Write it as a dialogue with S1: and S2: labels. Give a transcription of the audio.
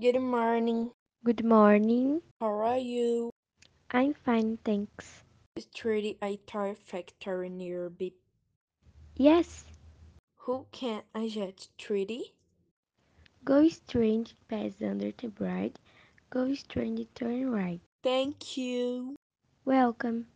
S1: Good morning.
S2: Good morning.
S1: How are you?
S2: I'm fine, thanks.
S1: Is Trudy a toy factory nearby?
S2: Yes,
S1: Who can I get Trudy?
S2: go strange pass under the bride. Go strange turn right.
S1: Thank you.
S2: Welcome.